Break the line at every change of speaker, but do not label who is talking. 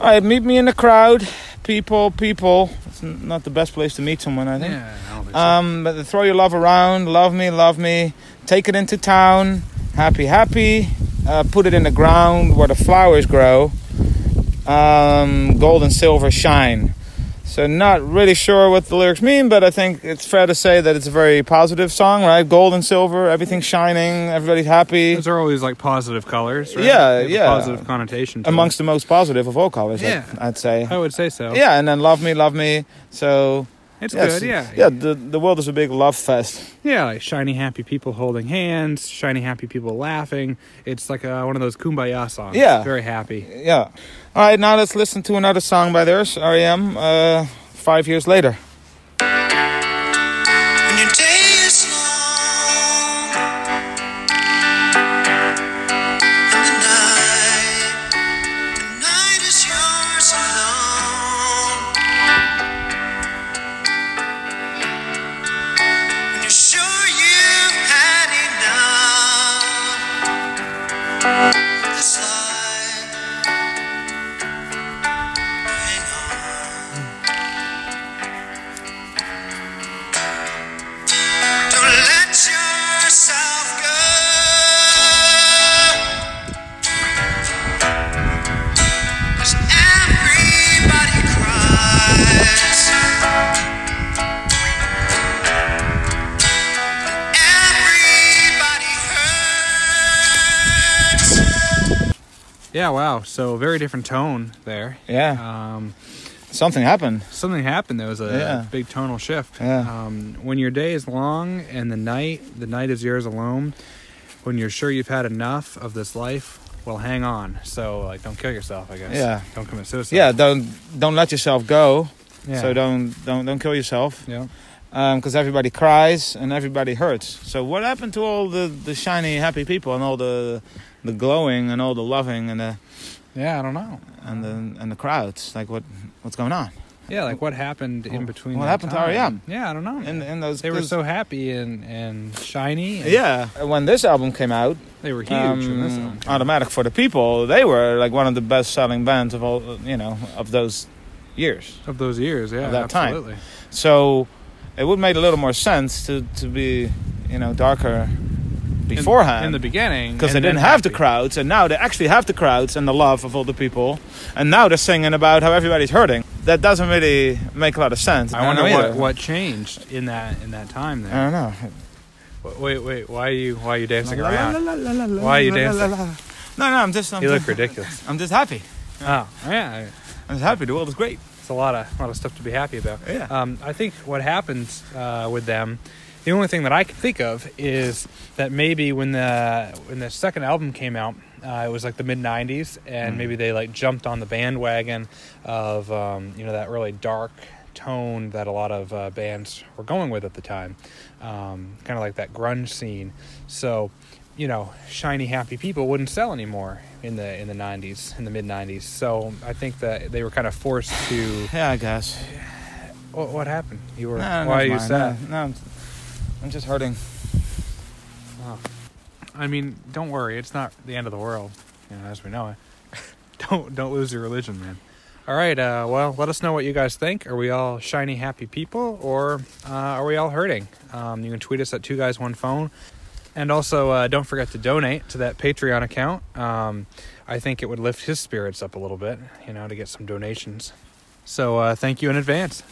All right, meet me in the crowd. People, people. It's n- not the best place to meet someone, I think.
Yeah, I don't think so.
Um, but throw your love around. Love me, love me. Take it into town. Happy, happy. Uh, put it in the ground where the flowers grow. Um, gold and silver shine. So, not really sure what the lyrics mean, but I think it's fair to say that it's a very positive song, right? Gold and silver, everything's shining, everybody's happy.
Those are always like positive colors, right?
Yeah,
They have a
yeah.
Positive connotation. to them.
Amongst the most positive of all colors, I'd-
Yeah.
I'd say.
I would say so.
Yeah, and then love me, love me. So
It's
yeah,
good, yeah.
yeah. The the world is a big love fest.
Yeah, like shiny happy people holding hands, shiny happy people laughing. It's like uh one of those kumbaya songs.
Yeah.
Very happy.
Yeah. All right, now let's listen to another song by theirs, REM. Uh, five years later.
When your day is long and the night, the night is yours alone. When you're sure you've had enough, this life, hang on. Don't let yourself go. Cause everybody cries. Everybody hurts.
Yeah, wow. So very different tone there.
Yeah.
Um,
Something happened.
something happened. There was a
Yeah.
big tonal shift.
Yeah.
Um, when your day is long and the night, the night is yours alone. When you're sure you've had enough of this life, well, hang on. So like, don't kill yourself. I guess.
Yeah.
Don't commit suicide.
Yeah. Don't don't let yourself go.
Yeah.
So don't don't don't kill yourself.
Yeah.
Because everybody cries and everybody hurts. So what happened to all the the shiny happy people and all the the glowing and all the loving and the
Yeah. I don't know.
and the and the crowds? Like what what's going on?
Yeah, like what happened in between?
what
that
happened to
time?
R.E.M.?
Yeah, I don't know.
And and those
they were
those-
so happy and and shiny. and
yeah. When this album came out,
they were huge.
um,
in this one.
Automatic for the people, they were like one of the best selling bands of all, you know, of those years.
of those years. Yeah,
of that time.
absolutely.
So it would make a little more sense to, to be, you know, darker beforehand.
in, in the beginning
because they
and
didn't
then
have the
happy.
crowds, and now they actually have the crowds and the love of all the people, and now they're singing about how everybody's hurting. That doesn't really make a lot of sense.
I wonder
don't know
what,
either.
what changed in that in that time.
I
There.
don't know. Uh-huh.
wait, wait. Why are you why are you dancing
La, la,
around?
la, la, la, la, la,
Why are you
la, la,
dancing?
la, la. No, no, I'm just. I'm
You look
just,
ridiculous.
I'm just happy.
oh, yeah.
I'm just happy. The world is great.
It's a lot of lot of stuff to be happy about.
Yeah.
Um, I think what happens uh, with them, the only thing that I can think of is that maybe when the when the second album came out, uh, it was like the mid '90s, and maybe they like jumped on the bandwagon of um, you know that really dark tone that a lot of uh, bands were going with at the time, um, kind of like that grunge scene. So. You know, shiny happy people wouldn't sell anymore in the in the '90s, in the mid '90s. So I think that they were kind of forced to
Yeah, I guess.
what, what happened? You were.
No, no,
why are
it's
you
mine.
sad?
No, no, I'm, I'm just hurting.
I mean, don't worry. It's not the end of the world, you know, as we know it. don't don't lose your religion, man. All right. Uh, well, let us know what you guys think. Are we all shiny, happy people, or uh, are we all hurting? Um, you can tweet us at Two Guys One Phone, and also uh, don't forget to donate to that Patreon account. Um, I think it would lift his spirits up a little bit, you know, to get some donations. So uh, thank you in advance.